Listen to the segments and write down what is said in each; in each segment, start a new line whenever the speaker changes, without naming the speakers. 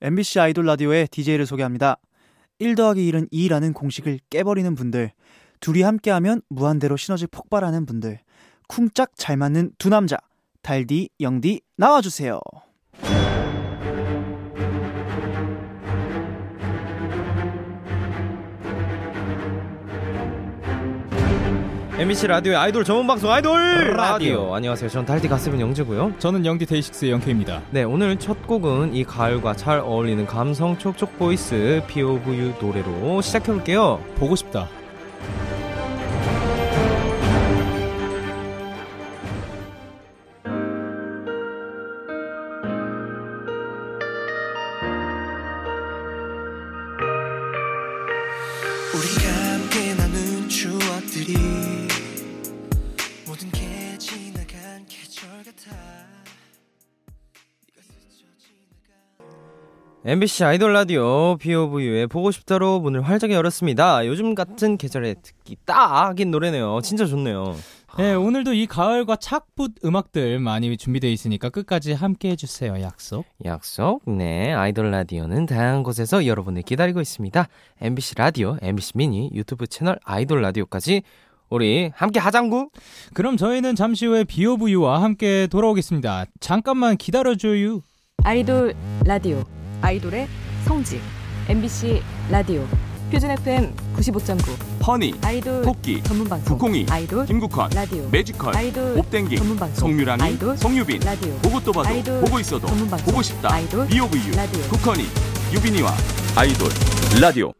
MBC 아이돌 라디오의 DJ를 소개합니다. 1 더하기 1은 2라는 공식을 깨버리는 분들, 둘이 함께하면 무한대로 시너지 폭발하는 분들, 쿵짝 잘 맞는 두 남자, 달디, 영디 나와주세요.
MBC 라디오의 아이돌 전문 방송 아이돌
라디오.
라디오. 안녕하세요. 저는 달디 가스빈 영재고요.
저는 영디 데이식스의 영케입니다.
네, 오늘 첫 곡은 이 가을과 잘 어울리는 감성 촉촉 보이스 비오브유 노래로 시작해 볼게요.
보고 싶다.
우리가 함께 나눈 추억들이 모든 게 지나간 계절 같아 네가 스쳐 지나간
MBC 아이돌 라디오 비오브유의 보고 싶다로 문을 활짝 열었습니다. 요즘 같은 계절에 듣기 딱인 노래네요. 진짜 좋네요.
네, 오늘도 이 가을과 착붙 음악들 많이 준비되어 있으니까 끝까지 함께 해주세요. 약속.
약속. 네, 아이돌 라디오는 다양한 곳에서 여러분을 기다리고 있습니다. MBC 라디오, MBC 미니, 유튜브 채널 아이돌 라디오까지 우리 함께 하장구.
그럼 저희는 잠시 후에 비오브유와 함께 돌아오겠습니다. 잠깐만 기다려줘요.
아이돌 라디오 아이돌의 성지 MBC 라디오 표준 FM 95.9
허니,
아이돌
토끼,
전문 방송
북콩이,
아이돌
김국헌,
라디오
매지컬,
아이돌
옵댕기,
전문 방송
성유랑이,
아이돌
성유빈,
라디오
보고 또 봐도,
아이돌
보고 있어도,
전문 방송
보고 싶다,
아이돌
비오브유,
라디오.
국헌이, 유빈이와 아이돌 라디오.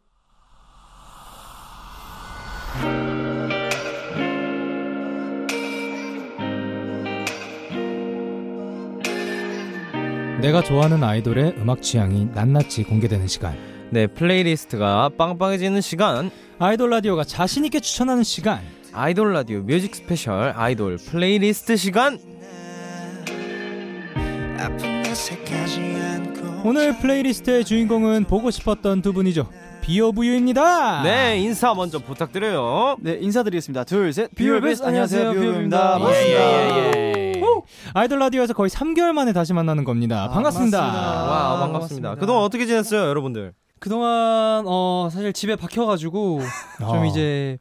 내가 좋아하는 아이돌의 음악 취향이 낱낱이 공개되는 시간.
네, 플레이리스트가 빵빵해지는 시간.
아이돌 라디오가 자신있게 추천하는 시간.
아이돌 라디오 뮤직 스페셜 아이돌 플레이리스트 시간.
나 아픈 나 색하지 않고
오늘 플레이리스트의 주인공은 보고 싶었던 두 분이죠.
아.
비오브유입니다.
네, 인사 먼저 부탁드려요.
네, 인사드리겠습니다. 둘, 셋.
비올베스
비올베스 안녕하세요. 비올입니다.
예, 예,
반갑습니다.
아이돌 라디오에서 거의 3개월 만에 다시 만나는 겁니다. 반갑습니다.
반갑습니다.
와,
아,
반갑습니다.
반갑습니다.
그동안 어떻게 지냈어요, 여러분들?
그동안 어 사실 집에 박혀가지고 좀
어.
이제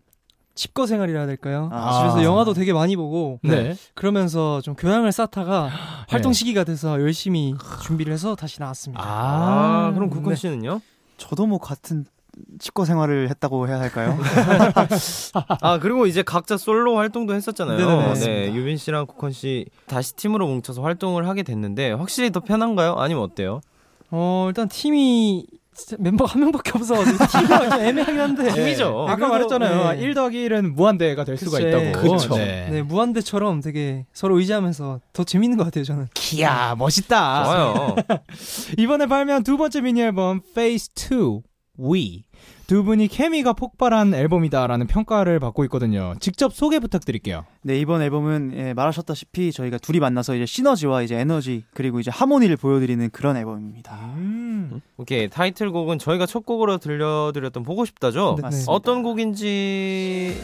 집거 생활이라 해야 될까요?
아.
집에서 영화도 되게 많이 보고
네. 예.
그러면서 좀 교양을 쌓다가 활동 시기가 돼서 열심히 준비를 해서 다시 나왔습니다.
아,
아,
그럼 국건
네.
씨는요?
저도 뭐 같은 치과 생활을 했다고 해야 할까요?
아, 그리고 이제 각자 솔로 활동도 했었잖아요.
네네네,
네,
맞습니다.
유빈 씨랑 국건 씨 다시 팀으로 뭉쳐서 활동을 하게 됐는데 확실히 더 편한가요? 아니면 어때요?
어 일단 팀이 진짜 멤버가 한 명밖에 없어가지고 팀이 좀 애매하긴 한데
예.
팀이죠.
아까 말했잖아요.
네. 1 더하기 1은 무한대가 될 수가
글쎄.
있다고.
그쵸.
네.
네 무한대처럼 되게 서로 의지하면서 더 재밌는 것 같아요 저는.
이야, 멋있다.
좋아요.
이번에 발매한 두 번째 미니 앨범 Phase 2 We 두 분이 케미가 폭발한 앨범이다라는 평가를 받고 있거든요. 직접 소개 부탁드릴게요.
네, 이번 앨범은 예, 말하셨다시피 저희가 둘이 만나서 이제 시너지와 이제 에너지 그리고 이제 하모니를 보여드리는 그런 앨범입니다.
오케이, 타이틀곡은 저희가 첫 곡으로 들려드렸던 보고 싶다죠.
네.
맞습니다.
어떤 곡인지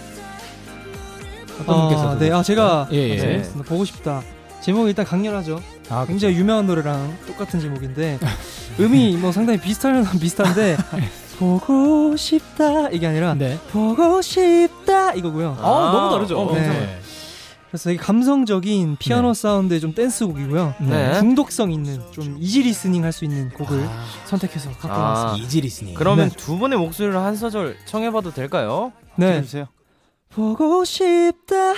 어떤 분께서
네, 아 제가
예, 예.
감사합니다. 보고 싶다. 제목이 일단 강렬하죠.
아,
굉장히 유명한 노래랑 똑같은 제목인데 음이 뭐 상당히 비슷하면 비슷한데 보고 싶다 이게 아니라
네.
보고 싶다 이거고요.
아, 너무 다르죠.
어,
네.
괜찮아요.
그래서 되게 감성적인 피아노 사운드의 좀 댄스곡이고요.
네.
중독성 있는 좀 이지 리스닝 할 수 있는 곡을 선택해서 갖고
아.
왔습니다.
이지 리스닝.
그러면 두 분의 목소리를 한 소절 청해봐도 될까요?
네.
들려주세요.
보고 싶다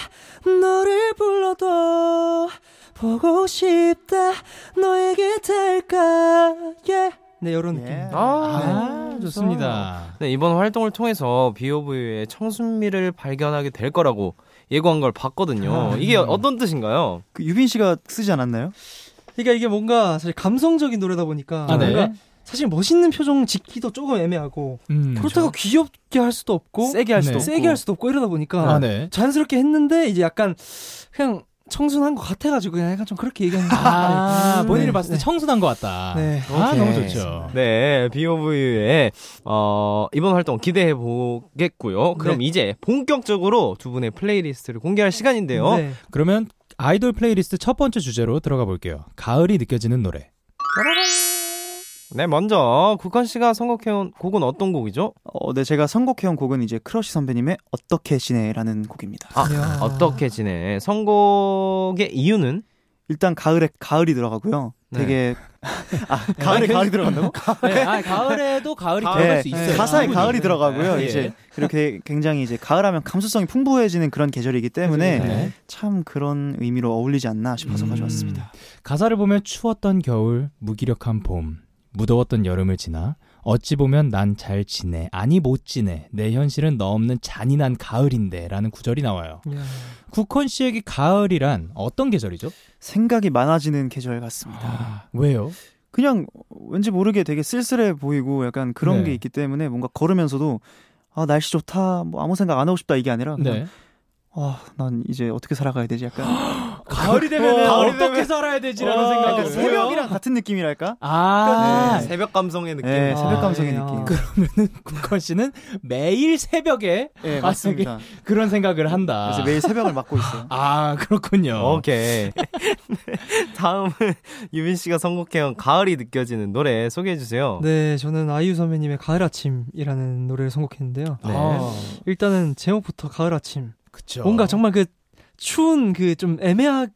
너를 불러도 보고 싶다 너에게 닿을까 yeah. 네 이런
예.
느낌
아, 좋습니다.
네, 이번 활동을 통해서 비오브유의 청순미를 발견하게 될 거라고 예고한 걸 봤거든요. 이게 어떤 뜻인가요?
그 유빈 씨가 쓰지 않았나요?
그러니까 이게 뭔가 사실 감성적인 노래다 보니까
아, 네.
뭔가 사실 멋있는 표정 짓기도 조금 애매하고
음.
그렇다고 귀엽게 할 수도 없고
어? 세게 할 수도
네.
없고.
세게 할 수도 없고 이러다 보니까
아, 네.
자연스럽게 했는데 이제 약간 그냥 청순한 것 같아가지고 그냥 약간 좀 그렇게 얘기하는 거
아,
네.
본인이
네.
봤을 때
네.
청순한 것 같다.
네.
아,
오케이.
너무 좋죠.
네, 비오브유의 어, 이번 활동 기대해 보겠고요. 그럼 이제 본격적으로 두 분의 플레이리스트를 공개할 시간인데요.
네.
그러면 아이돌 플레이리스트 첫 번째 주제로 들어가 볼게요. 가을이 느껴지는 노래.
네, 먼저 국헌 씨가 선곡해온 곡은 어떤 곡이죠?
어, 네, 제가 선곡해온 곡은 이제 크러쉬 선배님의 어떻게 지내라는 곡입니다.
아, 어떻게 지내? 선곡의 이유는?
일단 가을에 가을이 들어가고요.
네.
되게 아 가을에 가을이 들어간다고?
네, 아, 가을에도 가을이
가을.
들어갈
네,
수 있어요.
가사에
충분히.
가을이 들어가고요.
네.
이제 이렇게 굉장히 이제 가을하면 감수성이 풍부해지는 그런 계절이기 때문에
네.
참 그런 의미로 어울리지 않나 싶어서
음.
가져왔습니다.
가사를 보면 추웠던 겨울, 무기력한 봄, 무더웠던 여름을 지나 어찌 보면 난 잘 지내, 아니 못 지내, 내 현실은 너 없는 잔인한 가을인데라는 구절이 나와요. 국헌 씨에게 가을이란 어떤 계절이죠?
생각이 많아지는 계절 같습니다.
왜요?
그냥 왠지 모르게 되게 쓸쓸해 보이고 약간 그런
네.
게 있기 때문에 뭔가 걸으면서도 아 날씨 좋다 뭐 아무 생각 안 하고 싶다 이게 아니라 그냥
네.
아난 이제 어떻게 살아가야 되지 약간
가을이 되면
가을이
어떻게
되면-
살아야 되지라는
어,
생각이
약간 새벽이랑 같은 느낌이랄까?
아,
네.
새벽 감성의
네, 새벽
아,
감성의
예,
느낌.
아.
국헌 씨는 매일 아, 새벽에
예, 맞습니다.
그런 생각을 한다.
그래서 매일 새벽을 맡고 있어요.
아, 그렇군요.
어. 오케이. 다음은 유빈 씨가 선곡해온 가을이 느껴지는 노래 소개해 주세요.
네, 저는 아이유 선배님의 가을 아침이라는 노래를 선곡했는데요.
네.
아,
일단은 제목부터 가을 아침.
그쵸.
뭔가 정말 그 추운 그 좀 애매하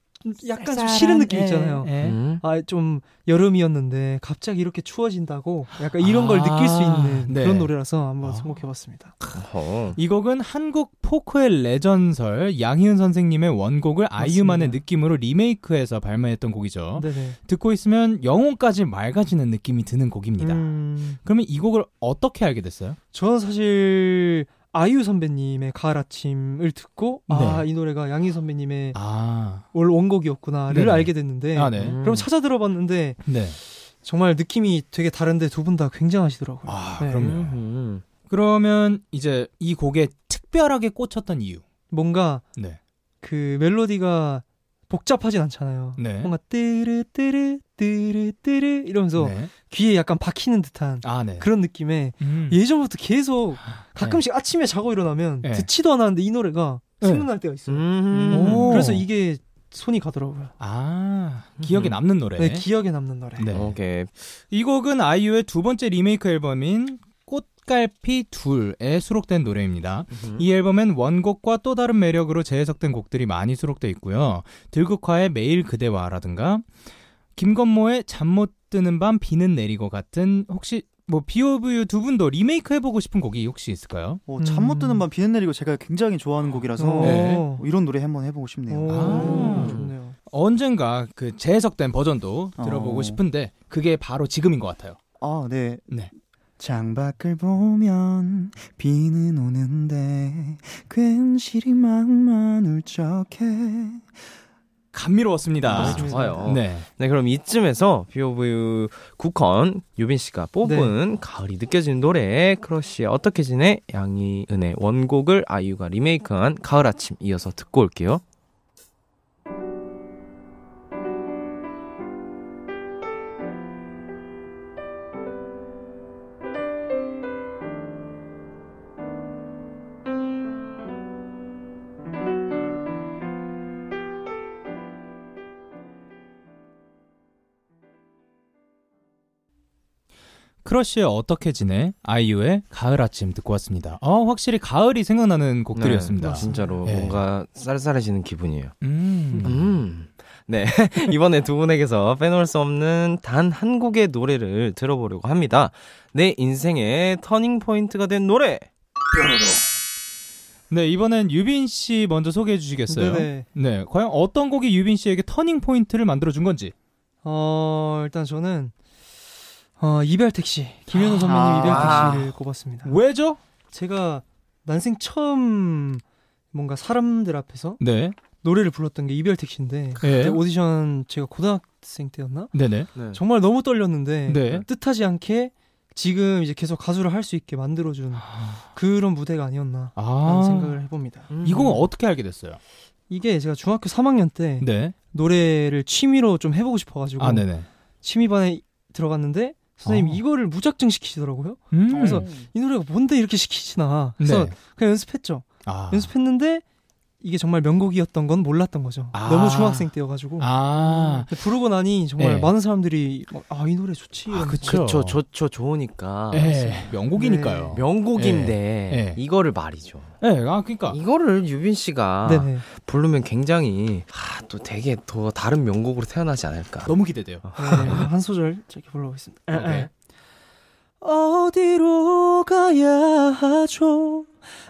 약간 좀 싫은 느낌 있잖아요.
예, 예.
음.
아, 좀 여름이었는데 갑자기 이렇게 추워진다고 약간 이런 걸
아,
느낄 수 있는
네.
그런 노래라서 한번
아.
선곡해봤습니다.
어허.
이 곡은 한국 포크의 레전설 양희은 선생님의 원곡을 아이유만의
맞습니다.
느낌으로 리메이크해서 발매했던 곡이죠.
네네.
듣고 있으면 영혼까지 맑아지는 느낌이 드는 곡입니다.
음,
그러면 이 곡을 어떻게 알게 됐어요?
저는 사실 아이유 선배님의 가을 아침을 듣고 아, 이 노래가 양희 선배님의
네. 아,
원 원곡이었구나를
네네.
알게 됐는데
아 네.
음.
그럼 찾아 들어봤는데
네.
정말 느낌이 되게 다른데 두 분 다 굉장하시더라고요.
아,
네.
그럼요.
음.
그러면 이제 이 곡에 특별하게 꽂혔던 이유.
뭔가
네.
그 멜로디가 복잡하진 않잖아요.
네.
뭔가 뜨르 뜨르 뜨르 뜨르 이러면서
네.
귀에 약간 박히는 듯한
아, 네.
그런 느낌에
음. 아,
예전부터 계속 가끔씩 아침에 자고 일어나면
네.
듣지도 않았는데 이 노래가
네.
생각날 때가 있어요.
음.
오.
그래서 이게 손이 가더라고요.
아,
음.
기억에 남는 노래.
네, 기억에 남는 노래.
네.
오케이.
이 곡은 아이유의 두 번째 리메이크 앨범인 꽃갈피 둘에 수록된 노래입니다. 이 앨범엔 원곡과 또 다른 매력으로 재해석된 곡들이 많이 수록돼 있고요. 들국화의 매일 그대와라든가 김건모의 잠 못 드는 밤 비는 내리고 같은 혹시 뭐 비오브유 두 분도 리메이크 해보고 싶은 곡이 혹시 있을까요?
잠 못
음.
드는 밤 비는 내리고 제가 굉장히 좋아하는 곡이라서
오.
네.
뭐 이런 노래 한번 해보고 싶네요.
오,
아.
좋네요.
언젠가 그 재해석된 버전도 들어보고
어.
싶은데 그게 바로 지금인 것 같아요.
아, 네.
네.
창밖을 보면 비는 오는데 괜시리 막만 울적해.
감미로웠습니다.
아,
맞습니다.
좋아요. 네.
네.
그럼 이쯤에서 비오브유 국헌 유빈 씨가 뽑은 가을이 느껴지는 노래 크러쉬의 어떻게 지내 양희은의 원곡을 아이유가 리메이크한 가을 아침 이어서 듣고 올게요.
크러쉬의 어떻게 지내 아이유의 가을 아침 듣고 왔습니다. 어 확실히 가을이 생각나는 곡들이었습니다.
네,
뭐
진짜로
예.
뭔가 쌀쌀해지는 기분이에요.
음.
음. 네. 이번에 두 분에게서 빼놓을 수 없는 단 한 곡의 노래를 들어보려고 합니다. 내 인생의 터닝 포인트가 된 노래.
네 이번엔 유빈 씨 먼저 소개해 주시겠어요?
네네.
네, 과연 어떤 곡이 유빈 씨에게 터닝 포인트를 만들어 준 건지.
어, 일단 저는 어, 이별 택시 김현우 선배님
아.
이별 택시를 꼽았습니다.
왜죠?
제가 난생 처음 뭔가 사람들 앞에서
네,
노래를 불렀던 게 이별 택시인데 그때
예.
오디션 제가 고등학생 때였나?
네네.
정말 너무 떨렸는데
네.
뜻하지 않게 지금 이제 계속 가수를 할 수 있게 만들어준 그런 무대가 아니었나 하는
아,
생각을 해봅니다.
음.
이 곡은 어떻게 알게 됐어요?
이게 제가 중학교 3학년 때
네,
노래를 취미로 좀 해보고 싶어가지고
아 네네.
취미반에 들어갔는데 선생님
아.
이거를 무작정 시키시더라고요.
음.
그래서 이 노래가 뭔데 이렇게 시키시나. 그래서
네.
그냥 연습했죠.
아,
연습했는데 이게 정말 명곡이었던 건 몰랐던 거죠.
아.
너무 중학생 때여가지고.
아,
근데 부르고 나니 정말
예.
많은 사람들이 아 이 노래 좋지.
아,
이런
그쵸.
그쵸, 좋죠,
아,
좋으니까.
예, 명곡이니까요.
명곡인데,
예, 예.
이거를 말이죠.
예, 아, 그니까.
이거를 유빈 씨가
아. 네네.
부르면 굉장히, 아, 또 되게 더 다른 명곡으로 태어나지 않을까.
너무 기대돼요. 네.
네, 한 소절 저렇게 불러보겠습니다.
오케이.
어디로 가야 하죠,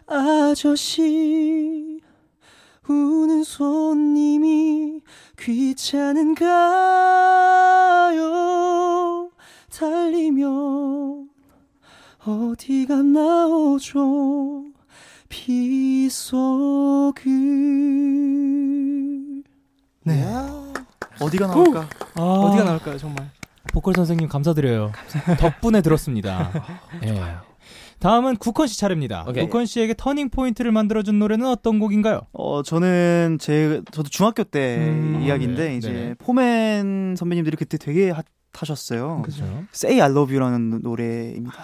아저씨? 우는 손님이 귀찮은가요? 달리면 어디가 나오죠? 빗속을. 네.
어디가 나올까?
아,
어디가 나올까요, 정말?
보컬 선생님 감사드려요. 덕분에 들었습니다. 좋아요. 다음은 구컨 씨 차례입니다.
오케이.
구컨 씨에게 터닝 포인트를 만들어준 노래는 어떤 곡인가요?
어 저는 제 저도 중학교 때
음,
이야기인데
네,
이제
네네.
포맨 선배님들이 그때 되게 핫하셨어요.
그죠.
Say I Love You라는 노래입니다.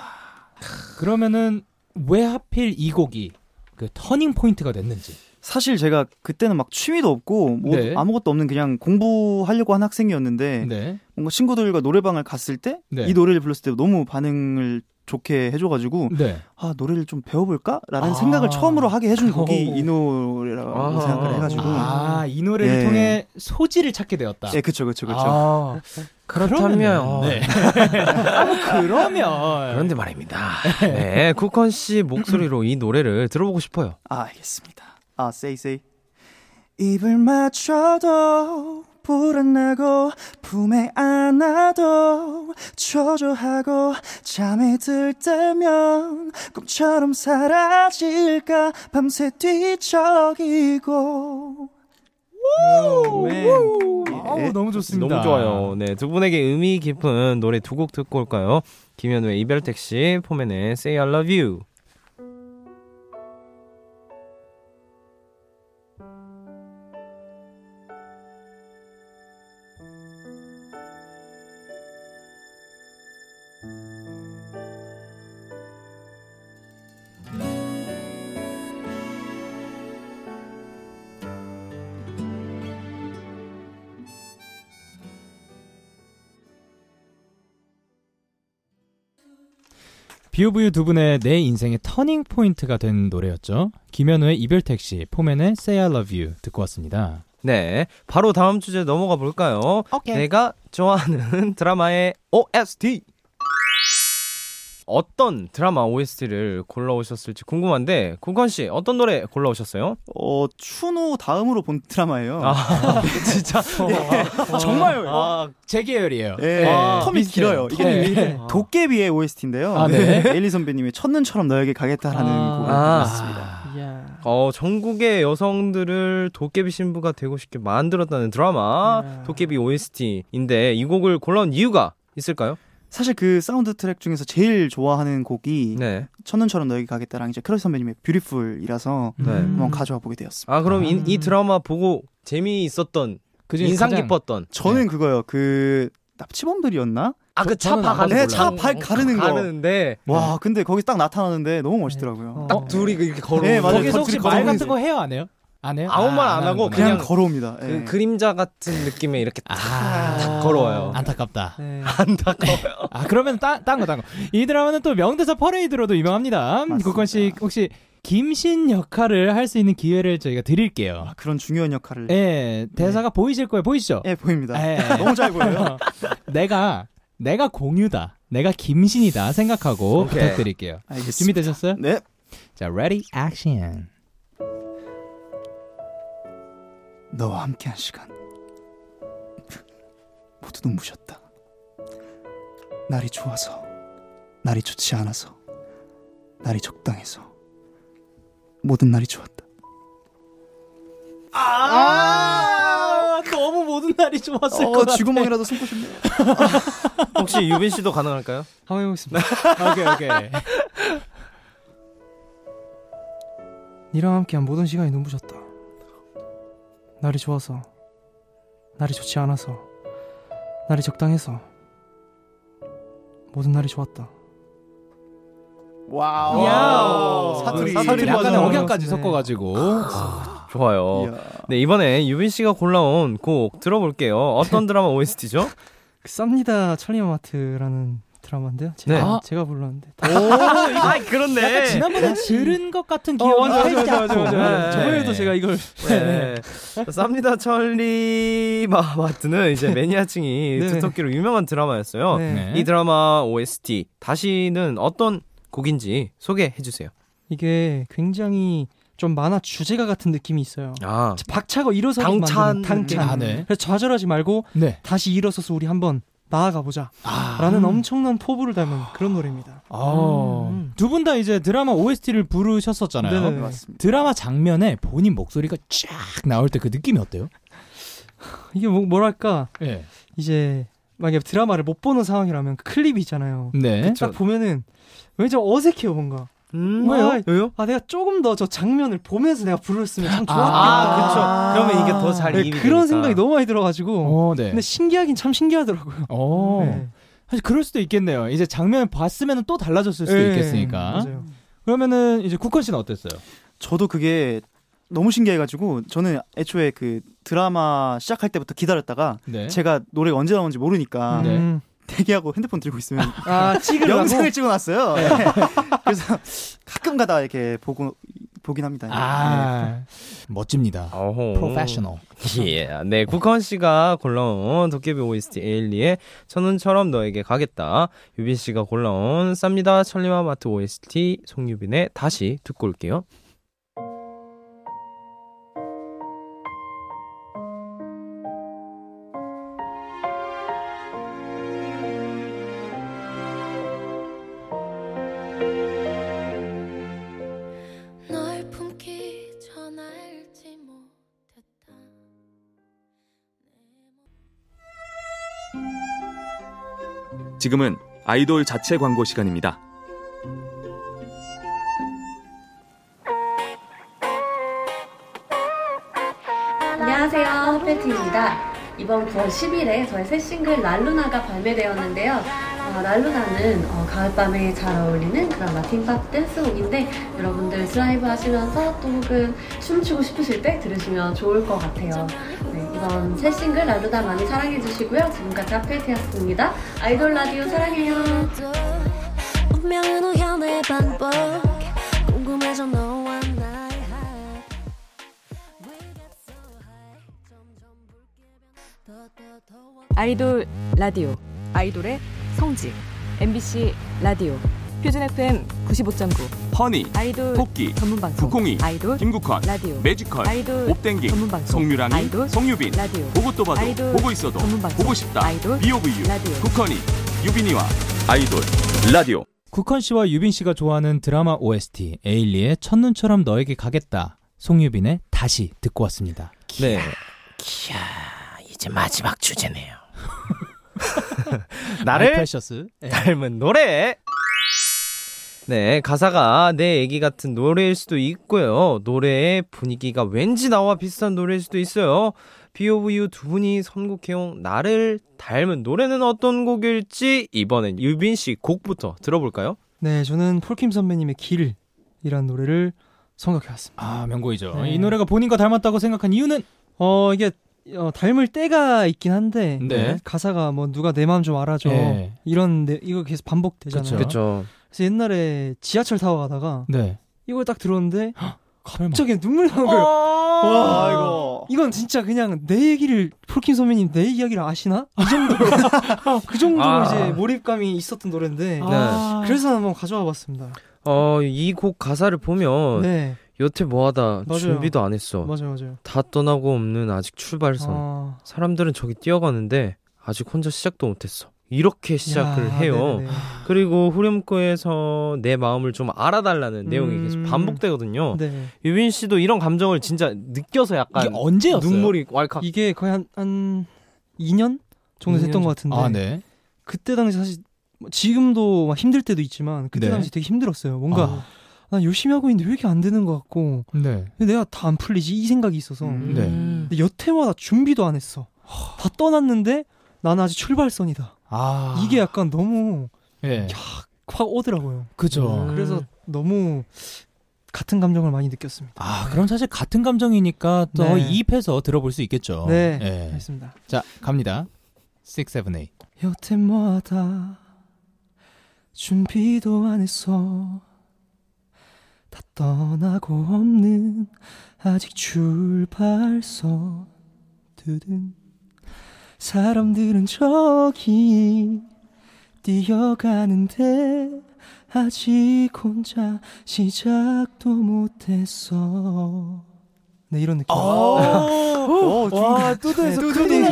그러면은 왜 하필 이 곡이 그 터닝 포인트가 됐는지.
사실 제가 그때는 막 취미도 없고 뭐
네.
아무것도 없는 그냥 공부하려고 한 학생이었는데
네.
뭔가 친구들과 노래방을 갔을 때 이
네.
노래를 불렀을 때 너무 반응을 좋게 해줘가지고
네.
아 노래를 좀 배워볼까라는
아.
생각을 처음으로 하게 해준 곡이
오.
이 노래라고
아.
생각을 해가지고
아, 이 노래를
네.
통해 소지를 찾게 되었다.
예 그쵸 그쵸 그쵸
아,
그렇다면, 어,
그러면은, 네. 아, 뭐 그러면
그런데 말입니다. 네, 쿠컨 씨 목소리로 이 노래를 들어보고 싶어요.
아, 알겠습니다. 아, 세이 세이. 입을 맞춰도 불안하고 품에 안아도 초조하고 잠이 들 때면 꿈처럼 사라질까 밤새 뒤척이고 네.
아우, 너무 좋습니다.
너무 좋아요. 네, 두 분에게 의미 깊은 노래 두 곡 듣고 올까요? 김현우의 이별택 씨, 포맨의 Say I Love You.
비오브유 두 분의 내 인생의 터닝 포인트가 된 노래였죠. 김현우의 이별 택시, 포맨의 Say I Love You 듣고 왔습니다.
네, 바로 다음 주제 넘어가 볼까요? 내가 좋아하는 드라마의 OST. 어떤 드라마 OST를 골라오셨을지 궁금한데 국건 씨 어떤 노래 골라오셨어요?
어, 춘호 다음으로 본 드라마예요.
아 진짜
정말
아,
제 계열이에요.
예, 텀이 길어요.
비슷해요.
이게
네.
아. 도깨비의 OST인데요.
아, 네.
에일리 선배님의 첫눈처럼 너에게 가겠다라는
아.
곡을
아.
들었습니다.
이야.
어, 전국의 여성들을 도깨비 신부가 되고 싶게 만들었다는 드라마
야.
도깨비 OST인데 이 곡을 골라온 이유가 있을까요?
사실 그 사운드 트랙 중에서 제일 좋아하는 곡이
네.
첫눈처럼 너에게 가겠다랑 이제 크러쉬 선배님의 뷰티풀이라서
네.
한번 가져와 보게 되었습니다.
아 그럼 이, 이 드라마 보고 재미있었던
그 중에
인상
가장-
깊었던
저는 그거요. 그 납치범들이었나?
아 그 차
저는
박아
안
네,
몰라요.
차 발 가르는 거.
가는데
와, 네. 근데 거기 딱 나타나는데 너무 멋있더라고요.
네.
딱 둘이 이렇게 걸어
네, 맞아요.
거기서 혹시
거기서
말
거기서
같은 거 해요, 안 해요? 안 해요?
아무 말안
안
하고
하는구나.
그냥,
그냥-
걸어옵니다. 예.
그 그림자 같은 느낌에 이렇게 딱
아,
걸어와요.
안타깝다.
네.
안타까워요.
아 그러면 딴 거 딴 거. 이 드라마는 또 명대사 퍼레이드로도 유명합니다.
맞습니다.
국건 씨 혹시 김신 역할을 할 수 있는 기회를 저희가
아,
드릴게요.
아, 그런 중요한 역할을 예,
예, 대사가 보이실 거예요. 보이시죠?
보입니다.
예.
너무 잘 보여요.
내가 내가 공유다. 내가 김신이다 생각하고
오케이.
부탁드릴게요.
알겠습니다.
준비되셨어요?
네.
자, ready action.
너와 함께한 시간 모두 눈부셨다. 날이 좋아서, 날이 좋지 않아서, 날이 적당해서 모든 날이 좋았다.
아, 너무 모든 날이 좋았을 것 같아.
쥐구멍이라도 숨고 싶네요.
어, 혹시 유빈 씨도 가능할까요?
한번 해보겠습니다.
오케이 오케이.
니랑 함께한 모든 시간이 눈부셨다. 날이 좋아서, 날이 좋지 않아서, 날이 적당해서, 모든 날이 좋았다.
와우.
와우.
사투리.
아, 사투리
약간
약간
맞아요.
억양까지
네.
섞어가지고
아, 좋아요.
이야.
네, 이번에 유빈 씨가 골라온 곡 들어볼게요. 어떤 드라마 OST죠?
그 쌉니다 천리마마트라는 드라마인데요. 제가,
네.
제가 불렀는데.
아, 그렇네.
지난번에 들은 것 같은 기억이
맞아.
저번에도
네.
제가 이걸
네. 쌉니다 천리 마마트는 이제 매니아층이
네.
두텁기로 유명한 드라마였어요.
네.
이 드라마 OST 다시는 어떤 곡인지 소개해 주세요.
이게 굉장히 좀 만화 주제가 같은 느낌이 있어요.
아,
박차고 일어서
당찬.
당찬.
아, 네.
그래서 좌절하지 말고
네.
다시 일어서서 우리 한번 나아가 보자라는 엄청난 포부를 담은 그런 노래입니다.
음. 두 분 다 이제 드라마 OST를 부르셨었잖아요.
네네.
네, 맞습니다.
드라마 장면에 본인 목소리가 쫙 나올 때 그 느낌이 어때요?
이게 뭐, 뭐랄까
예.
이제 만약에 드라마를 못 보는 상황이라면 그 클립이 있잖아요.
네.
딱 보면은 왠지 어색해요 뭔가.
음,
왜요?
왜요?
아 내가 조금 더 저 장면을 보면서 내가 불렀으면 참
아,
아,
좋았겠다.
그렇죠. 그러면 이게 더 잘
네,
이입이
그런
되니까.
생각이 너무 많이 들어가지고.
어, 네.
근데 신기하긴 참 신기하더라고요.
어.
네.
사실 그럴 수도 있겠네요. 이제 장면 봤으면 또 달라졌을 수도
네,
있겠으니까.
맞아요.
그러면은 이제 국건 씨는 어땠어요?
저도 그게 너무 신기해가지고 저는 애초에 그 드라마 시작할 때부터 기다렸다가
네.
제가 노래가 언제 나오는지 모르니까
네.
음.
대기하고 핸드폰 들고 있으면
아 찍으려고.
영상을 찍어놨어요. 네. 그래서 가끔가다 이렇게 보고 보긴 합니다. 네.
아. 멋집니다.
어허.
프로페셔널.
예. 네, 국헌 씨가 골라온 도깨비 OST 에일리의 천운처럼 너에게 가겠다. 유빈 씨가 골라온 쌉니다 천리마 마트 OST 송유빈의 다시 듣고 올게요.
널 품기 전 알지 못했다
지금은 아이돌 자체 광고 시간입니다.
안녕하세요. 핫팬티입니다. 이번 9월 10일에 저의 새 싱글 랄루나가 발매되었는데요. 어, 랄루나는 어, 가을밤에 잘 어울리는 그런 라틴팝 댄스곡인데 여러분들 드라이브 하시면서 또 혹은 춤추고 싶으실 때 들으시면 좋을 것 같아요. 네, 이번 새 싱글 랄루나 많이 사랑해주시고요. 지금까지 핫팬티였습니다. 아이돌 라디오 사랑해요.
운명은 우연의 반복 궁금해져 너와 나의 하이 We got so high 점점 붉게 변더더 더워
아이돌 라디오 아이돌의 성지 MBC 라디오 표준 FM 95.9
허니,
아이돌
토끼,
전문 방송
북콩이,
아이돌
김국헌,
라디오
매지컬,
아이돌
옵땡기,
전문 방송
성유랑이,
아이돌
송유빈,
라디오
보고 또 봐도
아이돌
보고 있어도
전문 방송
보고 싶다.
아이돌
BOVU
라디오.
국헌이 유빈이와 아이돌 라디오
국헌 씨와 유빈 씨가 좋아하는 드라마 OST 에일리의 첫눈처럼 너에게 가겠다. 송유빈의 다시 듣고 왔습니다.
네. 키야, 이제 마지막 주제네요. 나를
프레셔스.
닮은 노래. 네, 가사가 내 얘기 같은 노래일 수도 있고요. 노래의 분위기가 왠지 나와 비슷한 노래일 수도 있어요. B.O.V.U 두 분이 선곡해온 나를 닮은 노래는 어떤 곡일지 이번엔 유빈 씨 곡부터 들어볼까요?
네, 저는 폴킴 선배님의 길이라는 노래를 선곡해왔습니다.
아 명곡이죠.
네.
이 노래가 본인과 닮았다고 생각한 이유는
어 이게 어, 닮을 때가 있긴 한데
네.
가사가 뭐 누가 내 마음 좀 알아줘
네.
이런 데, 이거 계속 반복되잖아요.
그쵸.
그렇죠.
네. 그래서 옛날에 지하철 타고 가다가
네.
이걸 딱 들었는데
갑자기
갑자기 눈물 나는 거예요.
와,
와 이거
이거
이건 진짜 그냥 내 얘기를 폴킴 선배님 내 이야기를 아시나 이 정도로 그 정도로
아.
이제 몰입감이 있었던 노래인데 네,
아.
그래서 한번 가져와봤습니다.
네. 어, 이 곡 가사를 보면
네
여태 뭐하다
맞아요.
준비도 안 어. 했어.
맞아요 맞아요.
다 떠나고 없는 아직 출발선.
아,
사람들은 저기 뛰어가는데 아직 혼자 시작도 못했어. 이렇게 시작을
야,
해요.
네네네.
그리고 후렴구에서 내 마음을 좀 알아달라는 내용이 계속
음.
반복되거든요.
네.
유빈 씨도 이런 감정을 진짜 느껴서
이게
약간
언제였어요?
눈물이 왈칵.
이게 거의 한, 한 2년 정도
2년
됐던 것 같은데
아 네.
그때 당시 사실 뭐 지금도 막 힘들 때도 있지만 그때
네.
당시 되게 힘들었어요. 뭔가
아.
아, 난 열심히 하고 있는데 왜 이렇게 안 되는 것 같고
아, 네.
왜 내가 다 안 풀리지 이 생각이 있어서
음.
네.
근데 여태마다 준비도 안 했어. 다 떠났는데 나는 아직 출발선이다.
아
이게 약간 너무
예.
확 오더라고요.
그죠.
음.
그래서 너무 같은 감정을 많이 느꼈습니다.
아, 그럼 사실 같은 감정이니까 더
네.
이입해서 들어볼 수 있겠죠.
네,
예.
알겠습니다.
자, 갑니다. 6, 7, 8.
여태마다 준비도 안 했어 다 떠나고 없는 아직 출발서 두둔 사람들은 저기 뛰어가는데 아직 혼자 시작도 못했어 네 이런 느낌
오,
와, 뚜드에서 큰일 날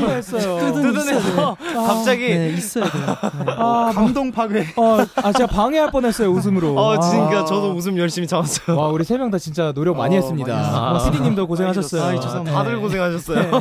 뻔했어요.
뚜둔에서 갑자기
네, 있어야 돼요. 네.
아, 감동 파괴.
어, 아, 제가 방해할 뻔했어요, 웃음으로.
어, 진짜
아.
저도 웃음 열심히 참았어요.
와, 우리 세 명 다 진짜 노력 많이
어, 많이
했습니다.
했어요.
뭐 피디님도 고생하셨어요.
아이, 죄송합니다.
다들
네.
고생하셨어요.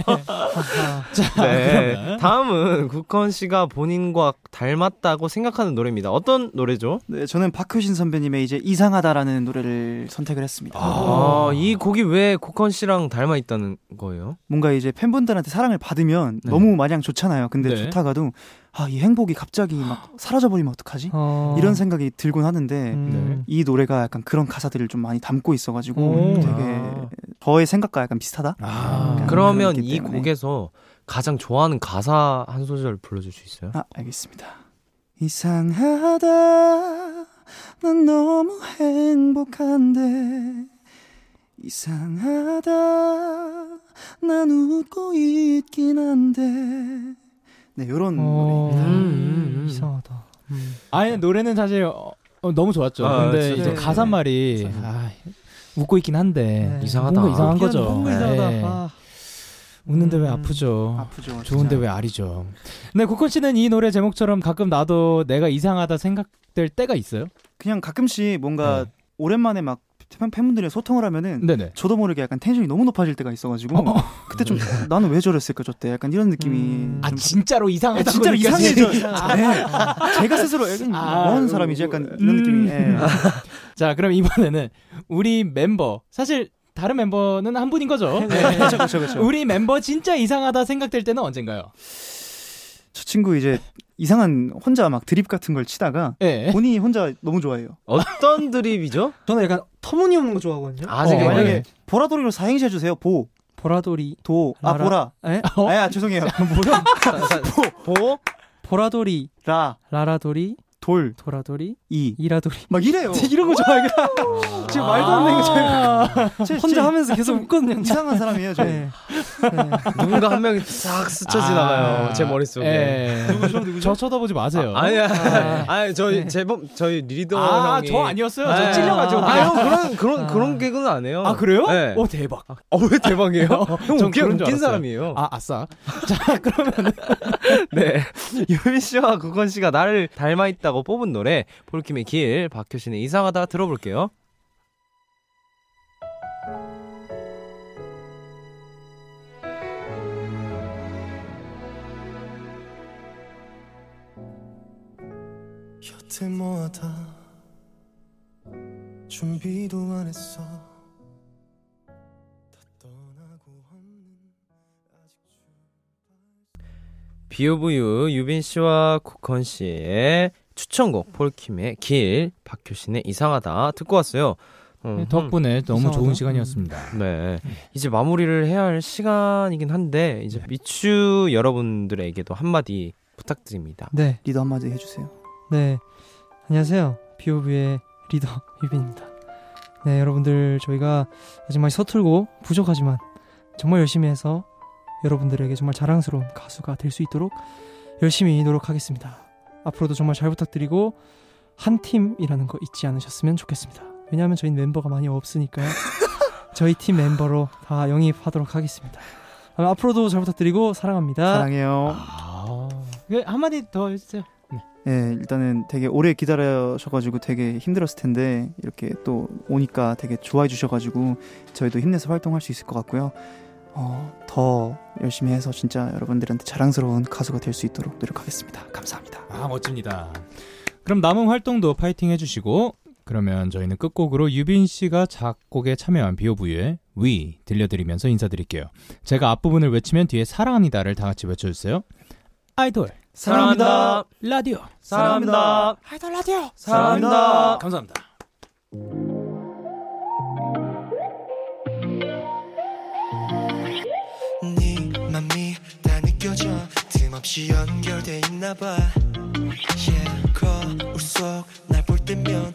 자,
네.
그러면
다음은 국헌 씨가 본인과 닮았다고 생각하는 노래입니다. 어떤 노래죠?
네, 저는 박효신 선배님의 이제 이상하다라는 노래를 선택을 했습니다.
아, 이 곡이 왜 국헌 씨랑 닮아 있다는 거예요?
뭔가 이제 팬분들한테 사랑을 받으면
네.
너무 마냥 좋잖아요. 근데
네.
좋다가도 아, 이 행복이 갑자기 막 사라져버리면 어떡하지?
어.
이런 생각이 들곤 하는데
네.
음.
이 노래가 약간 그런 가사들을 좀 많이 담고 있어가지고
오.
되게 저의 생각과 약간 비슷하다.
아,
그럼-
그러면
그렇기
이
때문에.
곡에서 가장 좋아하는 가사 한 소절 불러줄 수 있어요?
아, 알겠습니다. 이상하다. 난 너무 행복한데. 이상하다. 난 웃고 있긴 한데. 네, 요런
어,
노래.
음, 음.
이상하다.
아예 노래는 사실 어, 어, 너무 좋았죠.
아,
근데
진짜
이제
좋았죠.
가사 말이 아, 웃고 있긴 한데
네.
이상하다.
뭔가 이상한 거죠.
뭔가 이상하다.
네.
아.
웃는데 왜
음.
아프죠?
아프죠.
좋은데
진짜.
왜 알이죠? 네, 국건 씨는 이 노래 제목처럼 가끔 나도 내가 이상하다 생각될 때가 있어요?
그냥 가끔씩 뭔가
네. 음.
오랜만에 막 팬- 팬분들이랑 소통을 하면은
네네.
저도 모르게 약간 텐션이 너무 높아질 때가 있어가지고 그때 좀 나는 왜 저랬을까 저때 약간 이런 느낌이
음.
네. 아
좀
진짜로 아, 이상하다.
진짜로 이상해져. 네. 제가 스스로 약간
아, 음.
뭐 하는 사람이지 약간 이런 느낌이. 예.
자, 그럼 이번에는 우리 멤버 사실 다른 멤버는 한 분인 거죠?
네,
네.
그렇죠, 그렇죠, 그렇죠.
우리 멤버 진짜 이상하다 생각될 때는 언젠가요?
저 친구 이제 이상한 혼자 막 드립 같은 걸 치다가
네?
예.
본인이 혼자 너무 좋아해요.
어떤 드립이죠?
저는 약간 터무니없는 거 좋아하거든요.
아, 되게
어,
많이-
네.
보라돌이로 사행시 해주세요. 보,
보라돌이.
도, 아
라라.
보라.
에?
아, 야, 죄송해요.
보?
보라돌이,
라,
라라돌이,
돌,
도라돌이,
이.
이라돌이.
막 이래요.
이런 거 좋아해요.
지금 말도 안 되는 거
아.
제- 제
혼자 하면서 계속 웃거든요.
이상한 사람이에요, 저.
네.
누군가 한 명이 싹 스쳐 지나가요. 제 머릿속에.
아. 예. 저 쳐다보지 마세요. 예.
아, 아니야.
아.
아니, 저희
네.
제법 저희 리더
아,
형이
저 아니었어요.
아,
저 찔려가지고.
아,
그냥.
형 그런 그런
아.
그런 개그는 안 해요.
아, 그래요?
네.
오, 대박.
어, 왜 대박이에요? 형
전
웃겨,
그런 줄
웃긴
알았어요.
사람이에요.
아, 아싸.
네. 유빈 씨와 국건 씨가 나를 닮아 있다고 뽑은 노래 폴킴의 길 박효신의 이상하다 들어볼게요.
곁을 모아다 준비도 안 했어 다 떠나고 없는 아직
비오브유 유빈 씨와 국건 씨의 추천곡 폴킴의 길 박효신의 이상하다 듣고 왔어요. 음,
네, 덕분에 너무
이상하다.
좋은 시간이었습니다.
네. 이제 마무리를 해야 할 시간이긴 한데 이제 미추 여러분들에게도 한마디 부탁드립니다.
네.
리더 한마디 해주세요.
네. 안녕하세요. 비오브의 리더 유빈입니다. 네, 여러분들 저희가 마지막에 서툴고 부족하지만 정말 열심히 해서 여러분들에게 정말 자랑스러운 가수가 될 수 있도록 열심히 노력하겠습니다. 앞으로도 정말 잘 부탁드리고 한 팀이라는 거 잊지 않으셨으면 좋겠습니다. 왜냐하면 저희 는 멤버가 많이 없으니까요. 저희 팀 멤버로 다 영입하도록 하겠습니다. 아, 앞으로도 잘 부탁드리고 사랑합니다.
사랑해요.
그 한마디 더 해주세요.
예, 일단은 되게 오래 기다려셔가지고 되게 힘들었을 텐데 이렇게 또 오니까 되게 좋아해 주셔가지고 저희도 힘내서 활동할 수 있을 것 같고요. 어, 더 열심히 해서 진짜 여러분들한테 자랑스러운 가수가 될 수 있도록 노력하겠습니다. 감사합니다.
아, 멋집니다. 그럼 남은 활동도 파이팅 해주시고, 그러면 저희는 끝곡으로 유빈 씨가 작곡에 참여한 비오부유의 위 들려드리면서 인사드릴게요. 제가 앞부분을 외치면 뒤에 사랑합니다를 다 같이 외쳐주세요. 아이돌,
사랑합니다.
라디오,
사랑합니다.
아이돌 라디오,
사랑합니다.
감사합니다.
끊임없이 연결돼 있나봐 yeah, 거울 속날 볼 때면